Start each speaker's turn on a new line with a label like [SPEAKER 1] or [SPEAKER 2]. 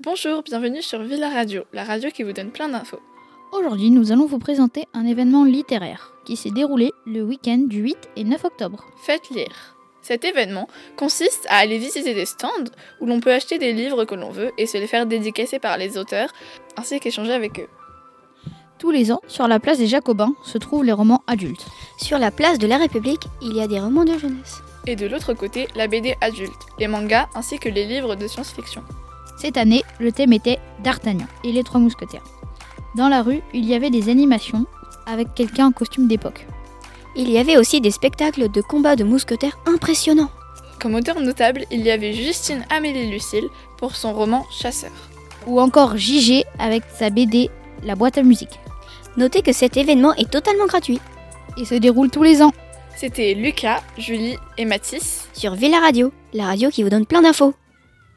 [SPEAKER 1] Bonjour, bienvenue sur Villa Radio, la radio qui vous donne plein d'infos.
[SPEAKER 2] Aujourd'hui, nous allons vous présenter un événement littéraire qui s'est déroulé le week-end du 8 et 9 octobre.
[SPEAKER 1] Faites lire. Cet événement consiste à aller visiter des stands où l'on peut acheter des livres que l'on veut et se les faire dédicacer par les auteurs, ainsi qu'échanger avec eux.
[SPEAKER 2] Tous les ans, sur la place des Jacobins se trouvent les romans adultes.
[SPEAKER 3] Sur la place de la République, il y a des romans de jeunesse.
[SPEAKER 1] Et de l'autre côté, la BD adulte, les mangas ainsi que les livres de science-fiction.
[SPEAKER 2] Cette année, le thème était D'Artagnan et les Trois Mousquetaires. Dans la rue, il y avait des animations avec quelqu'un en costume d'époque.
[SPEAKER 3] Il y avait aussi des spectacles de combats de mousquetaires impressionnants.
[SPEAKER 1] Comme auteur notable, il y avait Justine Amélie Lucille pour son roman Chasseur.
[SPEAKER 2] Ou encore JG avec sa BD La boîte à musique.
[SPEAKER 3] Notez que cet événement est totalement gratuit.
[SPEAKER 2] Et se déroule tous les ans.
[SPEAKER 1] C'était Lucas, Julie et Mathis.
[SPEAKER 3] Sur Villa Radio, la radio qui vous donne plein d'infos.